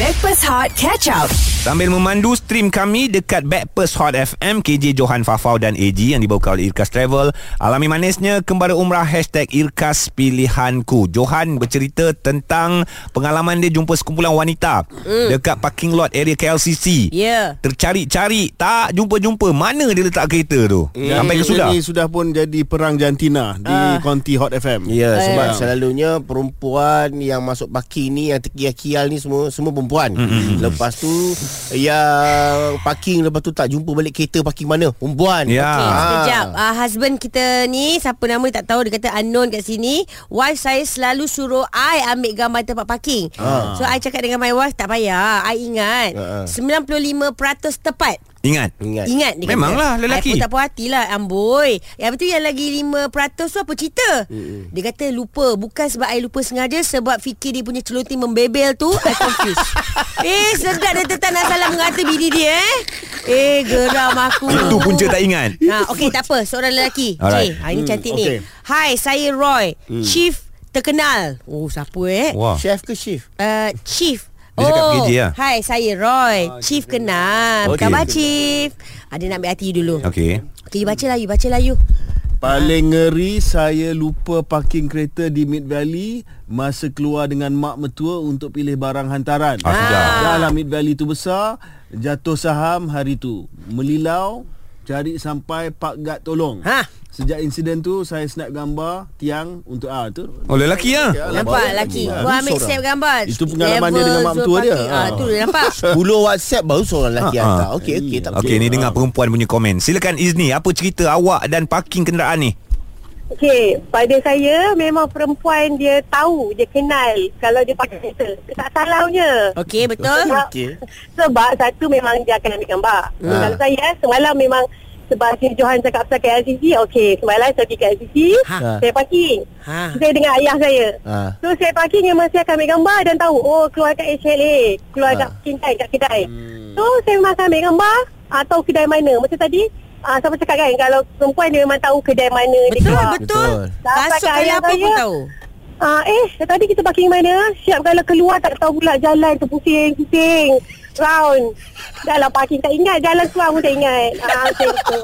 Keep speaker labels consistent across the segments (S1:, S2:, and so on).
S1: Backpass Hot Catch Up.
S2: Sambil memandu stream kami dekat Backpers Hot FM KJ Johan Fafau dan AG yang dibawa oleh Irkas Travel Alami manisnya Kembali Umrah Hashtag Irkas Pilihanku Johan bercerita tentang pengalaman dia jumpa sekumpulan wanita mm. Dekat parking lot area KLCC
S3: Ya.
S2: Tercari-cari tak jumpa-jumpa Mana dia letak kereta tu mm. Sampai ke sudah
S4: Ini sudah pun jadi perang jantina di uh. konti Hot FM.
S5: Ya sebab
S4: Eh.
S5: selalunya perempuan yang masuk parking ni yang terkial-kial ni semua semua perempuan.
S4: Hmm,
S5: Mm-hmm. Lepas tu yang parking lepas tu tak jumpa balik kereta parking mana? Perempuan.
S2: Ya.
S3: Okay,
S2: Ah.
S3: sekejap uh, Husband kita ni Siapa nama dia tak tahu Dia kata unknown kat sini Wife saya selalu suruh I ambil gambar tempat parking ah. So I cakap dengan my wife Tak payah I ingat
S5: Ah,
S3: uh
S5: ah.
S3: 95% tepat
S2: Ingat
S5: Ingat.
S3: Ingat dia
S2: Kan? Memanglah,
S3: kata,
S2: lelaki.
S3: I pun tak puas hatilah Amboi Yang betul yang lagi 5% tu apa cerita Dia kata lupa Bukan sebab I lupa sengaja Sebab fikir dia punya celuti membebel tu I confused Eh sedap dia tetap nak salah mengata bini dia eh Eh geram aku
S2: Itu punca tak ingat
S3: Ha, okey tak apa seorang lelaki.
S2: Alright.
S3: Cik,
S2: Hmm.
S3: ha, ini
S4: Hmm,
S3: cantik
S4: okey.
S3: ni. Hai, saya Roy, chief terkenal. Oh, siapa eh?
S2: Wah
S5: Chef ke chef?
S3: Uh, chief
S2: Dia cakap PJ lah.
S3: Hai, saya Roy.
S4: Ah,
S3: Chief kenal.
S2: Okey.
S3: Okay. Khabar Chief. Ada nak ambil hati you dulu. Okay.
S2: Okay
S3: okay, you baca lah, you baca lah you.
S4: Paling ngeri saya lupa parking kereta di Mid Valley masa keluar dengan mak mertua untuk pilih barang hantaran.
S2: Ah, sudah.
S4: Dahlah Mid Valley tu besar, jatuh saham hari tu. Melilau, cari sampai Pak Gad tolong.
S3: Ha.
S4: Sejak insiden tu saya snap gambar tiang untuk ah tu.
S2: Oh lelaki lah
S4: Alah,
S3: Nampak
S4: baru-
S3: lelaki.
S4: baru
S3: Gua ambil
S5: seorang.
S3: snap gambar.
S4: Itu pengalaman dia
S3: Level
S4: dengan mak
S3: zone
S4: mertua dia.
S3: parking. Ah,
S4: Ah.
S3: tu dia nampak.
S5: 10 WhatsApp baru seorang
S2: Ha,
S5: lelaki
S2: ha.
S5: hantar. Okey okey tak
S2: Okey ni dengar perempuan punya komen Silakan Izni Apa cerita awak dan parking kenderaan ni
S6: Okey, pada saya memang perempuan dia tahu, dia kenal kalau dia pakai kereta. Tak salahnya.
S3: Okey, Ah. betul.
S5: Okey.
S6: Sebab satu memang dia akan ambil gambar. Ha. Kalau saya semalam memang sebab si Johan cakap pasal KLCC, okey, semalam saya pergi KLCC,
S3: Ha.
S6: ha. saya parking.
S3: Ha.
S6: Saya dengan ayah saya.
S5: Ha.
S6: Ha. So saya parking memang saya akan ambil gambar dan tahu, oh keluar kat HLA, keluar ha. kat Kintai, kat kedai. Hmm. So saya memang akan ambil gambar ah, tahu kedai mana. Macam tadi, ah, siapa cakap kan, kalau perempuan dia memang tahu kedai mana dia
S3: Betul,
S6: keluar.
S3: betul.
S6: Dah
S3: Masuk
S6: pakai
S3: kali
S6: ayah
S3: apa
S6: saya.
S3: pun tahu.
S6: Ah, eh, tadi kita parking mana? Siap kalau keluar tak tahu pula jalan tu pusing-pusing. Round. Dah lah parking tak ingat. Jalan keluar pun tak ingat. Ah, macam tu.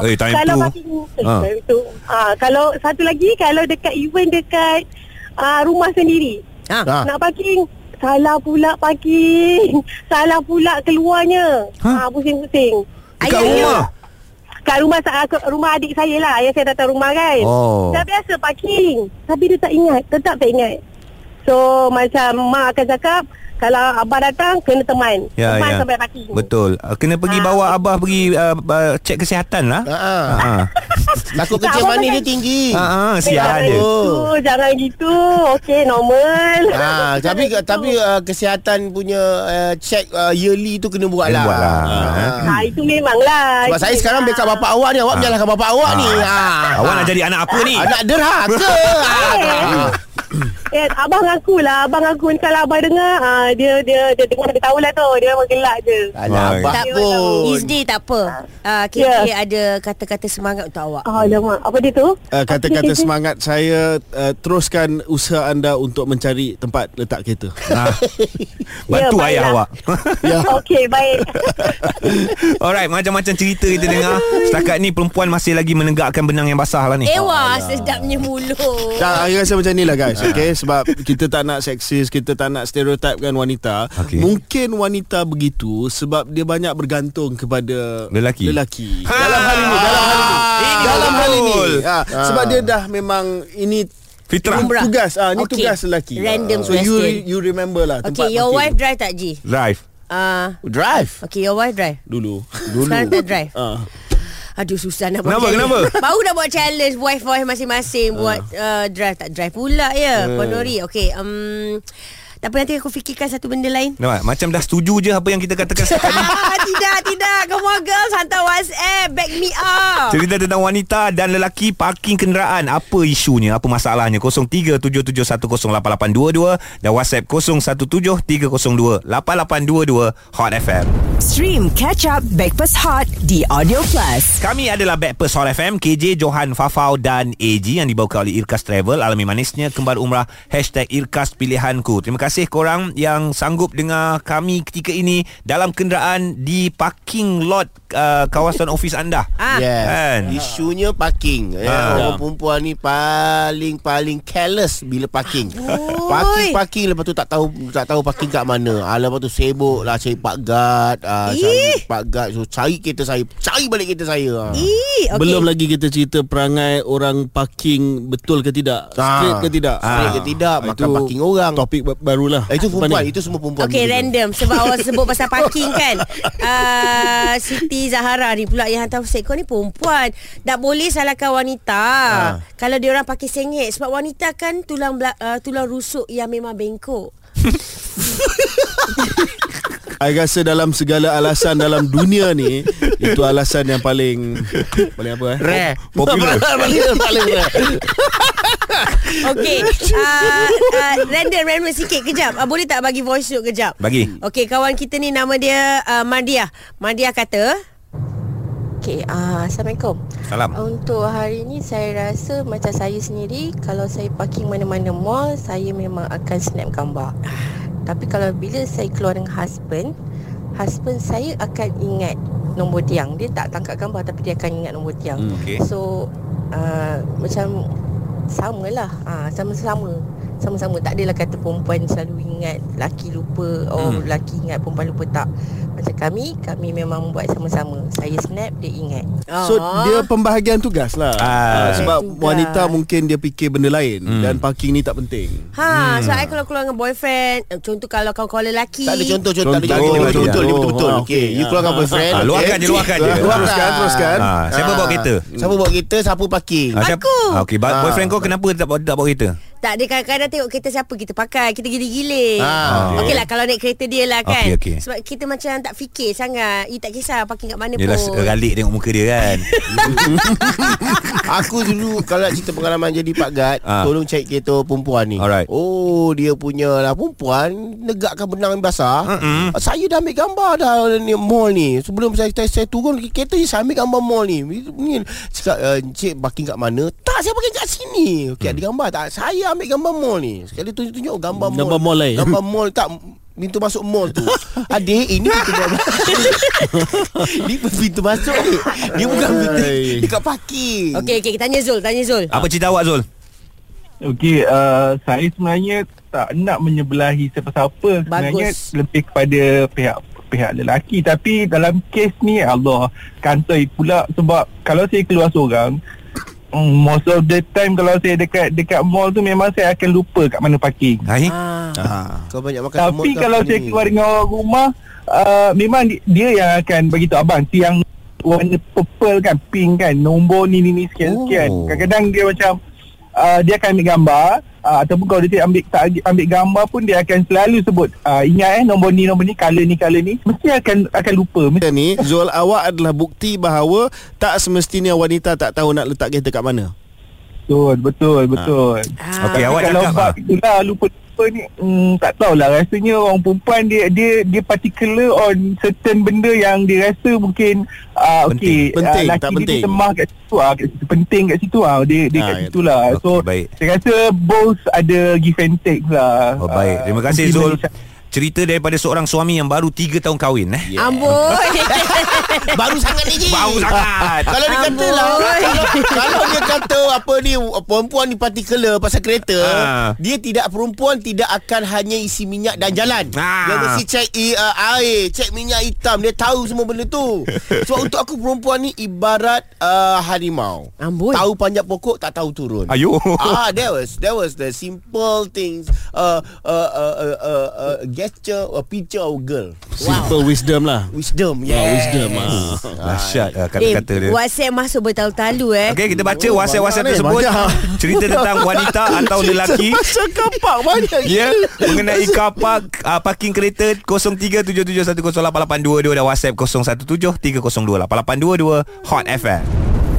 S2: Eh, time
S6: kalau
S2: tu.
S6: Parking, eh,
S2: Ah.
S6: time tu. Ah, kalau satu lagi, kalau dekat event dekat ah, rumah sendiri.
S3: Ha.
S2: Ah.
S5: Ha.
S6: Nak parking. Salah pula parking. Salah pula keluarnya.
S2: Ha?
S6: Ha? Ah, pusing-pusing.
S2: Dekat
S3: Ayah dia.
S2: rumah
S6: Kat rumah sa- aku- rumah adik saya lah Yang saya datang rumah kan
S2: Oh.
S6: Dah biasa parking Tapi dia tak ingat Tetap tak ingat So macam Mak akan cakap Kalau abah datang Kena teman Teman sampai parking
S2: Ya, Betul Uh, Kena pergi
S4: Ah.
S2: bawa abah pergi uh, uh, Cek kesihatan lah
S5: Ha ah.
S2: Ha
S5: Takut
S6: Tak,
S5: kencing
S6: awak
S5: mani
S6: makan-
S5: dia tinggi.
S2: ha,
S4: Ah,
S2: ha,
S6: Jangan
S2: Sial dia
S6: gitu Jangan gitu Okay normal
S5: Ah, tapi
S6: Jangan
S5: tapi
S6: gitu.
S5: uh, kesihatan punya uh, check uh, yearly tu kena buat
S2: Kena
S5: lah.
S2: buat lah.
S4: Eh.
S5: Ah.
S6: Ha, itu memanglah
S5: Sebab
S6: Itu
S5: saya sekarang
S6: memang.
S5: backup bapak awak ni, awak menyalahkan bapak awak ni. Ha.
S2: Ah. Awak nak jadi anak apa ni
S5: anak derhaka. Ah.
S6: Eh, abang akulah Abang aku ni kalau abang dengar ah, Dia dia dia dengar Dia tahulah tu Dia memang gelak je
S5: Anak
S2: Baik.
S5: abang
S3: Tak
S6: Dia
S5: pun.
S3: Izdi tak apa. Uh, KK ada kata-kata semangat untuk awak.
S2: Oh.
S6: Ah, Alamak Apa dia tu?
S4: Uh, kata-kata
S6: Apa dia tu?
S4: semangat saya uh, teruskan usaha anda untuk mencari tempat letak kereta.
S2: ha. Bantu
S6: Ya,
S2: ayah
S6: baiklah.
S2: awak
S4: ya.
S6: Okey baik
S2: Alright macam-macam cerita kita dengar Setakat ni perempuan masih lagi menegakkan benang yang basah lah ni
S4: Eh,
S3: Ewa sedapnya mulut.
S4: Tak, saya rasa macam ni lah
S5: Ah.
S4: guys okay? Sebab kita tak nak seksis Kita tak nak stereotipkan wanita
S2: Okey.
S4: Mungkin wanita begitu Sebab dia banyak bergantung kepada
S2: Lelaki.
S4: lelaki.
S2: Ha.
S4: Dalam hal ini Dalam hal ini,
S2: Ini
S4: dalam hal ini.
S2: betul.
S4: Ha.
S5: Ah.
S4: Sebab dia dah memang Ini
S2: Fitrah
S3: Umrah.
S4: tugas ah Ini
S3: Okey.
S4: tugas lelaki
S3: Random
S4: So you,
S3: question.
S4: you remember lah tempat
S3: Okay, your
S4: parking.
S3: wife drive tak Ji?
S2: Drive
S3: Ah,
S5: Drive.
S3: uh, okay, your wife drive.
S4: Dulu
S3: Dulu. Sekarang tak drive.
S4: Ah.
S3: Aduh susah nak
S2: Kenapa,
S3: buat challenge.
S2: kenapa?
S3: Baru nak buat challenge wife-wife masing-masing buat uh, drive tak drive pula ya. Uh. Ponori. Okay, um, tak apa nanti aku fikirkan satu benda lain.
S2: Nampak? Macam dah setuju je Apa yang kita katakan setakat ni
S3: Ah, tidak, tidak. Kamu girls hantar WhatsApp. Back me up.
S2: Cerita tentang wanita dan lelaki parking kenderaan. Apa isunya? Apa masalahnya? 0377108822 dan WhatsApp 0173028822 Hot FM.
S1: Stream Catch Up Backpass Hot di Audio Plus.
S2: Kami adalah Backpers Hot FM, KJ, Johan, Fafau dan AG yang dibawa oleh Irkas Travel. Alami manisnya, kembar umrah, hashtag Irkas Pilihanku. Terima kasih. kasih korang yang sanggup dengar kami ketika ini dalam kenderaan di parking lot uh, kawasan ofis anda.
S3: Ah.
S5: Yes.
S2: Kan? Ah.
S5: Isunya parking. Ya, orang perempuan ni paling paling careless bila parking. Parking parking lepas tu tak tahu tak tahu parking kat mana. Ah lepas tu sibuk lah cari park guard, ah, cari
S3: Ih.
S5: park guard so cari kereta saya, cari balik kereta saya. Ah.
S3: Ih,
S4: Okay.
S3: okay.
S4: Belum lagi kita cerita perangai orang parking betul ke tidak,
S5: Ah.
S4: straight ke tidak.
S5: Straight ke tidak,
S4: Ah,
S5: makan
S4: itu
S5: parking orang.
S4: Topik ba- barulah.
S5: Eh, itu
S4: Apa
S5: perempuan,
S4: ni?
S5: itu semua perempuan.
S3: Okay
S5: begitu.
S3: random Sebab awak sebut pasal parking kan uh, Siti Zahara ni pula Yang hantar sekor ni perempuan Tak boleh salahkan wanita ha. Kalau dia orang pakai sengit Sebab wanita kan tulang bela- uh, tulang rusuk yang memang bengkok
S4: I rasa dalam segala alasan dalam dunia ni, itu alasan yang paling paling apa eh?
S5: Rare
S2: Popular.
S5: Paling- Paling rare
S3: Okay uh, uh, Random random sikit kejap uh, Boleh tak bagi voice note kejap
S2: Bagi.
S3: Okay kawan kita ni nama dia uh, Mardiah Mardiah kata
S7: Okay, uh, Assalamualaikum
S2: Salam.
S7: Untuk hari ni saya rasa macam saya sendiri Kalau saya parking mana-mana mall Saya memang akan snap gambar Tapi kalau bila saya keluar dengan husband Husband saya akan ingat nombor tiang Dia tak tangkap gambar tapi dia akan ingat nombor tiang
S4: Hmm,
S2: okey.
S7: So,
S4: Ah,
S7: uh, macam sama lah uh, Sama-sama sama-sama tak adalah kata perempuan selalu ingat laki lupa oh
S2: Hmm.
S7: hmm. laki ingat perempuan lupa tak macam kami kami memang buat sama-sama saya snap dia ingat
S4: So dia pembahagian tugas lah
S2: Ah.
S4: ah. Sebab
S7: Tugas.
S4: wanita mungkin dia fikir benda lain hmm. Dan parking ni tak penting
S3: Ha, hmm. so I kalau keluar dengan boyfriend eh, Contoh kalau kau call lelaki
S5: Tak ada contoh Contoh tak ada contoh Ni
S4: Contoh.
S5: betul-betul Ni
S4: Contoh.
S5: betul-betul
S4: Ah,
S5: Okay
S4: okey.
S5: You eh. keluar dengan boyfriend
S2: Oh, Ah,
S5: okay.
S2: luahkan je, luahkan je.
S4: Teruskan, teruskan.
S2: Ha, siapa bawa kereta?
S5: Ah. Siapa bawa kereta Siapa parking
S2: Ah, siapa-
S3: Aku.
S2: Ah, Okey, ba-
S5: Ah.
S2: boyfriend kau kenapa tak bawa, tak bawa kereta?
S3: Tak ada kadang-kadang tengok kereta siapa kita pakai Kita giling-giling
S5: Ah.
S3: Okey lah kalau naik kereta dia lah kan
S2: Okey, okey.
S3: Sebab kita macam tak fikir sangat You tak kisah parking kat mana
S2: Yelah,
S3: pun
S2: galik tengok muka dia kan.
S5: Aku dulu Kalau nak cerita pengalaman Jadi Pak Gad
S2: Ah.
S5: Tolong cari kereta perempuan ni
S2: Alright.
S5: Oh Dia punya lah Perempuan Negakkan benang yang basah
S2: Mm-mm.
S5: Saya dah ambil gambar Dah ni mall ni Sebelum saya saya, saya turun ke kereta ni, Saya ambil gambar mall ni Ni, Cakap uh, Cik parking kat mana Tak saya parking kat sini
S2: Hmm.
S5: Okay ada gambar tak Saya ambil gambar mall ni Sekali tunjuk-tunjuk Gambar mall
S4: Gambar mall lain.
S5: Gambar mall tak Pintu masuk mall tu Adik ini pintu masuk Ni pintu masuk ni Dia bukan pintu
S4: Hai.
S5: Dekat parking
S3: Okey okey tanya Zul tanya Zul
S2: Apa cerita awak Zul?
S8: Okey, uh, saya sebenarnya tak nak menyebelahi siapa-siapa sebenarnya
S3: Bagus.
S8: lebih kepada pihak pihak lelaki tapi dalam kes ni Allah kantoi pula sebab kalau saya keluar seorang mm, most of the time kalau saya dekat dekat mall tu memang saya akan lupa kat mana parking.
S2: Hai.
S3: Ah.
S2: Ah.
S5: Kau banyak makan semut
S8: Tapi
S5: ke
S8: kalau
S5: apa
S8: saya
S5: ni?
S8: keluar dengan orang rumah uh, Memang di- dia yang akan bagi tahu Abang tiang warna purple kan Pink kan Nombor ni ni ni sekian-sekian
S2: Oh.
S8: Kadang-kadang dia macam uh, Dia akan ambil gambar uh, Ataupun kalau dia tak ambil, tak ambil gambar pun Dia akan selalu sebut uh, Ingat eh nombor ni nombor ni Colour ni colour ni Mesti akan akan lupa Mesti
S4: Kita ni Zul awak adalah bukti bahawa Tak semestinya wanita tak tahu nak letak kereta kat mana
S8: Betul Betul Betul
S2: Okey, awak
S8: kalau
S2: cakap,
S8: bab
S2: ah.
S8: itulah lah, lupa lupa ni hmm, tak tahulah rasanya orang perempuan dia dia dia particular on certain benda yang dia rasa mungkin uh,
S2: Penting.
S8: okey
S4: Penting,
S8: ah,
S4: tak
S8: laki
S4: penting.
S8: dia lemah kat situ ah kat situ, penting kat situ ah dia dia
S4: Ah,
S8: kat
S4: ya.
S8: situ lah
S2: Okey,
S8: so
S2: baik.
S8: saya rasa both ada give and take lah
S2: Oh, baik.
S8: Ah,
S2: Terima kasih
S8: mungkin
S2: Zul.
S8: dari-
S2: Cerita daripada seorang suami yang baru 3 tahun kahwin eh.
S3: Amboi
S5: Baru sangat ni Ji.
S2: Baru sangat.
S5: Kalau dia kata lah
S3: Amboi.
S5: kalau, kalau dia kata Apa ni Perempuan ni particular Pasal kereta
S2: Ah.
S5: Dia tidak Perempuan tidak akan Hanya isi minyak dan jalan
S2: Ah.
S5: Dia mesti cek i- uh, air Cek minyak hitam Dia tahu semua benda tu Sebab untuk aku Perempuan ni Ibarat uh, harimau
S3: Amboi.
S5: Tahu panjat pokok Tak tahu turun
S2: Ayuh.
S5: Ah, that was that was the simple things, uh, uh, uh, uh, uh, uh, gesture, a picture of girl.
S4: Simple wisdom lah
S5: Wisdom, yes.
S4: Ah, Wisdom ah.
S2: Dahsyat ah, kata-kata dia.
S3: eh, WhatsApp masuk bertalu-talu eh
S2: Okey, kita baca
S4: Oh,
S2: WhatsApp-WhatsApp
S4: banyak ni,
S2: tersebut.
S4: banyak.
S2: Cerita tentang wanita atau lelaki
S4: Sekepak banyak
S2: Ya yeah. Mengenai car park uh, Parking kereta 0377108822 Dan WhatsApp 0173028822 Hot FM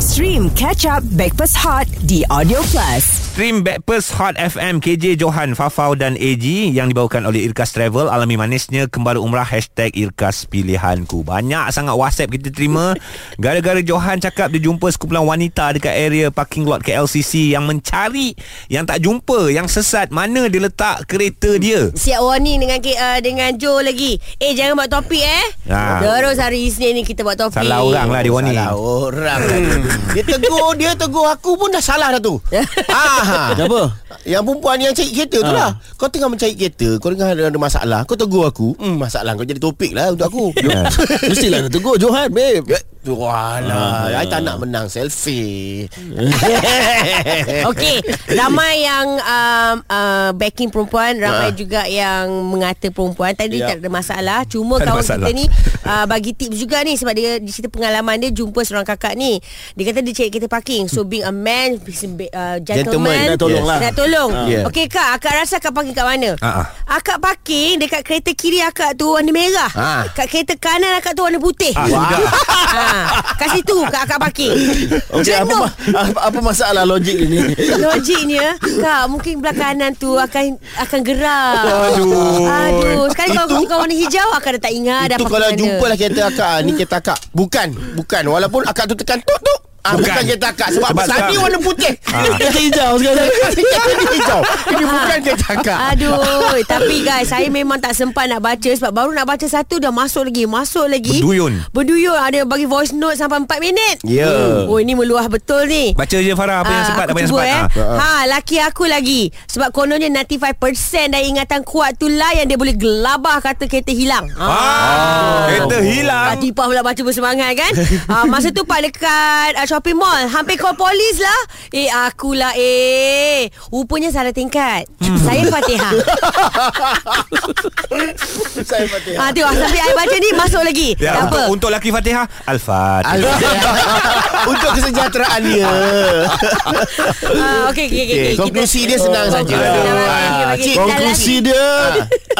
S1: Stream Catch Up Backpass Hot di Audio Plus.
S2: Stream Backpast Hot FM KJ Johan, Fafau dan AG Yang dibawakan oleh Irkas Travel Alami manisnya Kembali Umrah Hashtag Irkas Pilihanku Banyak sangat WhatsApp kita terima Gara-gara Johan cakap Dia jumpa sekumpulan wanita Dekat area parking lot KLCC Yang mencari Yang tak jumpa Yang sesat Mana dia letak kereta dia
S3: Siap warning dengan K- uh, dengan Joe lagi. Eh jangan buat topik eh.
S2: Ha.
S3: Terus hari Isnin ni kita buat topik.
S2: Salah orang lah dia warning
S5: Salah orang lah
S4: Hmm.
S5: dia. Dia tegur Dia tegur aku pun dah salah dah tu ah,
S4: Kenapa? Ah.
S5: Yang perempuan yang cari kereta tu lah Kau tengah mencari kereta Kau dengar ada, ada masalah Kau tegur aku hmm, Masalah kau jadi topik lah untuk aku
S4: Ya.
S5: Ya,
S4: Mestilah nak tegur Johan babe Ah.
S5: Walah I tak nak menang selfie
S3: Okey, ramai yang um, uh, backing perempuan, ramai
S5: Ha.
S3: juga yang mengata perempuan. Tadi
S4: Ya.
S3: tak ada masalah. Cuma
S2: Tak ada
S3: kawan
S2: masalah.
S3: kita ni uh, bagi tips juga ni sebab dia dia cerita pengalaman dia jumpa seorang kakak ni. Dia kata dia cari kereta parking. So being a man, he's a ba- uh,
S5: Gentleman,
S3: gentleman,
S5: nak tolong
S4: lah.
S3: Nak tolong.
S5: Ya.
S3: Okey kak, akak rasa akak parking kat mana?
S2: Ha, ha.
S3: Akak parking dekat kereta kiri akak tu warna merah.
S5: Ha.
S3: Kat kereta kanan akak tu warna putih.
S2: Ah, sudah.
S3: ha. Kat situ kak akak parking.
S4: Okey, apa,
S3: Jenuh.
S4: ma- apa, apa masalah logik dia ni?
S3: Logiknya Kak mungkin belah kanan tu Akan akan gerak
S2: Aduh.
S3: Aduh Sekali kalau kau warna hijau Akan dah tak ingat dah
S5: Itu
S3: parking
S5: kalau
S3: mana.
S5: jumpa lah kereta akak Ni kereta akak Bukan Bukan Walaupun akak tu tekan tuk tuk Ah,
S2: Bukan.
S5: bukan. bukan kereta akak Sebab,
S2: Sebab Ah.
S5: sebab tadi
S2: sekarang-
S5: warna putih
S4: Kita hijau sekarang.
S5: Ini hijau Ini bukan kereta akak
S3: Ha. Aduh Tapi guys Saya memang tak sempat nak baca Sebab baru nak baca satu Dah masuk lagi Masuk lagi
S2: Berduyun.
S3: Berduyun Ada bagi voice note Sampai 4 minit
S5: Ya.
S3: Oh ini meluah betul ni
S2: Baca je Farah Apa
S3: Ah,
S2: yang sempat
S3: aku
S2: Apa yang
S3: cuba,
S2: sempat
S3: eh.
S2: Ah.
S3: ha. laki aku lagi Sebab kononnya 95% Dari ingatan kuat tu lah Yang dia boleh gelabah Kata kereta hilang
S2: Ah, kereta
S3: Ah,
S2: hilang.
S3: Tipah pula baca bersemangat kan ah, Masa tu pak dekat ah, shopping mall Hampir call polis lah Eh akulah eh Rupanya salah tingkat
S5: Hmm.
S3: Saya Fatihah
S5: Saya patut
S3: ah, Tengok sampai saya baca ni Masuk lagi
S2: Ya,
S3: Tak apa
S2: untuk, untuk laki Fatihah Al-Fatihah
S5: Al- Untuk kesejahteraan dia
S3: ah, okay, okay, okay,
S5: okay,
S3: okay.
S5: Eh, Konklusi dia senang
S3: Oh,
S5: saja
S3: konklusi dia bagi, dia
S5: Ah,
S3: bagi.
S5: Cik, Ah.
S4: Konklusi dia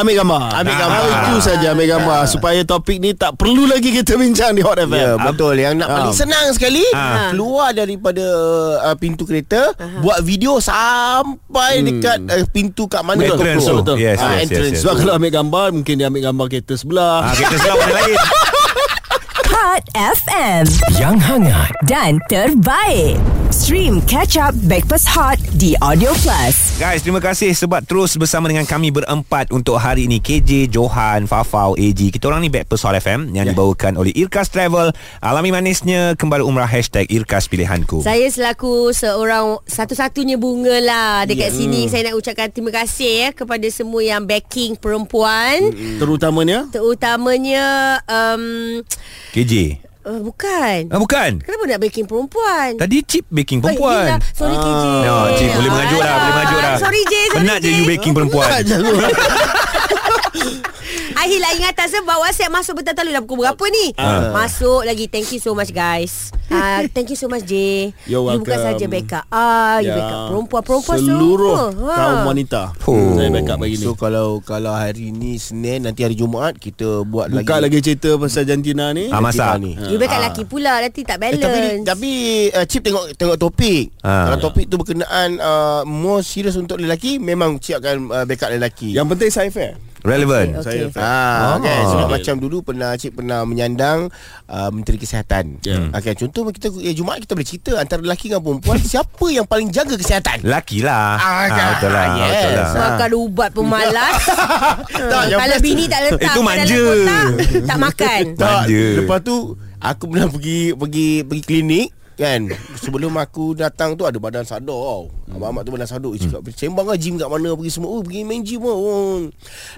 S4: ambil gambar.
S5: Ambil gambar.
S4: Ah, Itu saja ambil gambar supaya topik ni tak perlu lagi kita bincang di Hot FM.
S5: Ya betul Yang nak
S4: Ah.
S5: paling senang sekali
S2: Ah.
S5: Keluar daripada uh, Pintu kereta Buat video Sampai dekat uh, Pintu kat mana
S2: Hmm. Betul,
S5: tu?
S2: entrance tu.
S5: Betul.
S2: Yes,
S5: Ah,
S2: yes, yes,
S5: Entrance
S2: yes.
S4: Sebab kalau ambil gambar mungkin dia ambil gambar kereta sebelah.
S2: Ah, Kereta sebelah warna lain
S1: Hot FM
S9: Yang hangat
S1: dan terbaik. Stream Catch Up Backpass Hot di Audio Plus.
S2: Guys, terima kasih sebab terus bersama dengan kami berempat untuk hari ini. KJ, Johan, Fafau, AG. Kita orang ni Backpast Hot FM
S5: Ya.
S2: yang yeah. dibawakan oleh Irkas Travel. Alami manisnya kembali umrah hashtag Irkas Pilihanku.
S3: Saya selaku seorang satu-satunya bunga lah
S5: Ya.
S3: dekat yeah. sini saya nak ucapkan terima kasih ya kepada semua yang backing
S5: Hmm.
S3: perempuan
S4: Terutamanya
S3: terutamanya um,
S2: KJ.
S3: uh, bukan
S2: Ah, bukan.
S3: Kenapa nak backing perempuan?
S2: Tadi chip baking
S5: Oh,
S3: Eh, yelah.
S2: perempuan.
S3: Sorry ah. KJ
S2: No, cik, boleh mengajuk lah, boleh mengajuk lah.
S3: Sorry J sorry
S2: Penat
S3: J.
S2: je you baking perempuan.
S3: I hilang ingatan lah sebab WhatsApp masuk bertata lalu dah pukul berapa ni?
S2: Ah.
S3: Masuk lagi. Thank you so much guys. Uh, thank you so much J.
S4: You're
S3: You bukan
S4: welcome.
S3: saja backup. Ah, you
S4: Ya.
S3: backup perempuan-perempuan
S4: Seluruh
S3: semua. Ha.
S4: kaum wanita
S2: Oh.
S4: Saya backup pagi ni
S5: So kalau Kalau hari ni Senin Nanti hari Jumaat Kita buat
S4: Buka
S5: lagi
S4: lagi cerita pasal jantina ni
S2: Ah, masak.
S5: Kita ni.
S3: You backup lelaki pula nanti tak
S5: Eh,
S3: balance.
S5: tapi tapi uh, Cip tengok tengok topik.
S2: Ah.
S5: Kalau topik tu berkenaan uh, more serious untuk lelaki, memang Cip akan uh, backup lelaki.
S4: Yang penting saya fair
S2: Relevant.
S4: Saya fair
S5: Ah,
S2: Ah.
S5: ah. Kan? Sebab
S2: Okay.
S5: macam dulu pernah Cik pernah menyandang uh, Menteri Kesihatan. Yeah. Okay, contoh kita ya, Jumaat kita boleh cerita antara lelaki dengan perempuan siapa yang paling jaga kesihatan.
S2: Laki lah.
S5: Ah,
S2: Ah, betul lah.
S5: yes.
S2: Betul lah.
S3: Makan
S4: Ah.
S3: ubat pemalas
S5: Tak,
S3: hmm.
S5: yang
S3: Kalau
S5: best-
S3: bini tak letak
S2: Itu
S3: kat
S2: manja.
S3: dalam kotak, Tak makan
S5: Tak,
S2: Manja.
S5: lepas tu aku pernah pergi pergi pergi klinik kan sebelum aku datang tu ada badan sadar tau abang Ahmad tu badan sadar hmm. cakap sembang lah gym kat mana pergi semua oh pergi main gym lah oh.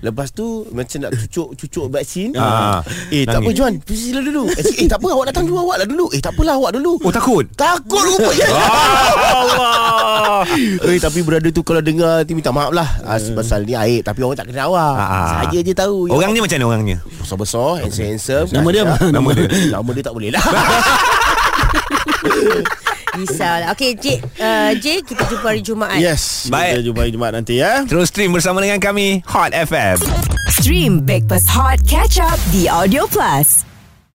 S5: lepas tu macam nak cucuk cucuk vaksin
S2: Ah.
S5: eh tak apa
S2: Nangis.
S5: Juan pergi sila dulu eh, cakap, eh tak apa awak datang dulu awak lah dulu eh tak apalah awak dulu
S2: Oh, Ah. takut?
S5: takut rupanya
S2: Allah.
S5: Eh tapi brother tu kalau dengar nanti minta maaf lah ah, Pasal ni air Tapi orang tak kenal awak
S2: Hmm. Ah, ah.
S5: Saya je tahu
S2: Orang ni macam mana orangnya?
S5: Besar-besar Handsome-handsome
S4: Nama dia apa?
S5: Nama
S4: Nama
S5: dia Nama dia tak boleh lah
S3: Risaulah lah. Okay Cik uh, Cik kita jumpa hari Jumaat
S4: Yes
S2: Baik.
S4: Kita jumpa hari Jumaat nanti ya
S2: Terus stream bersama dengan kami Hot FM.
S1: Stream Backpass Hot Catch Up di Audio Plus.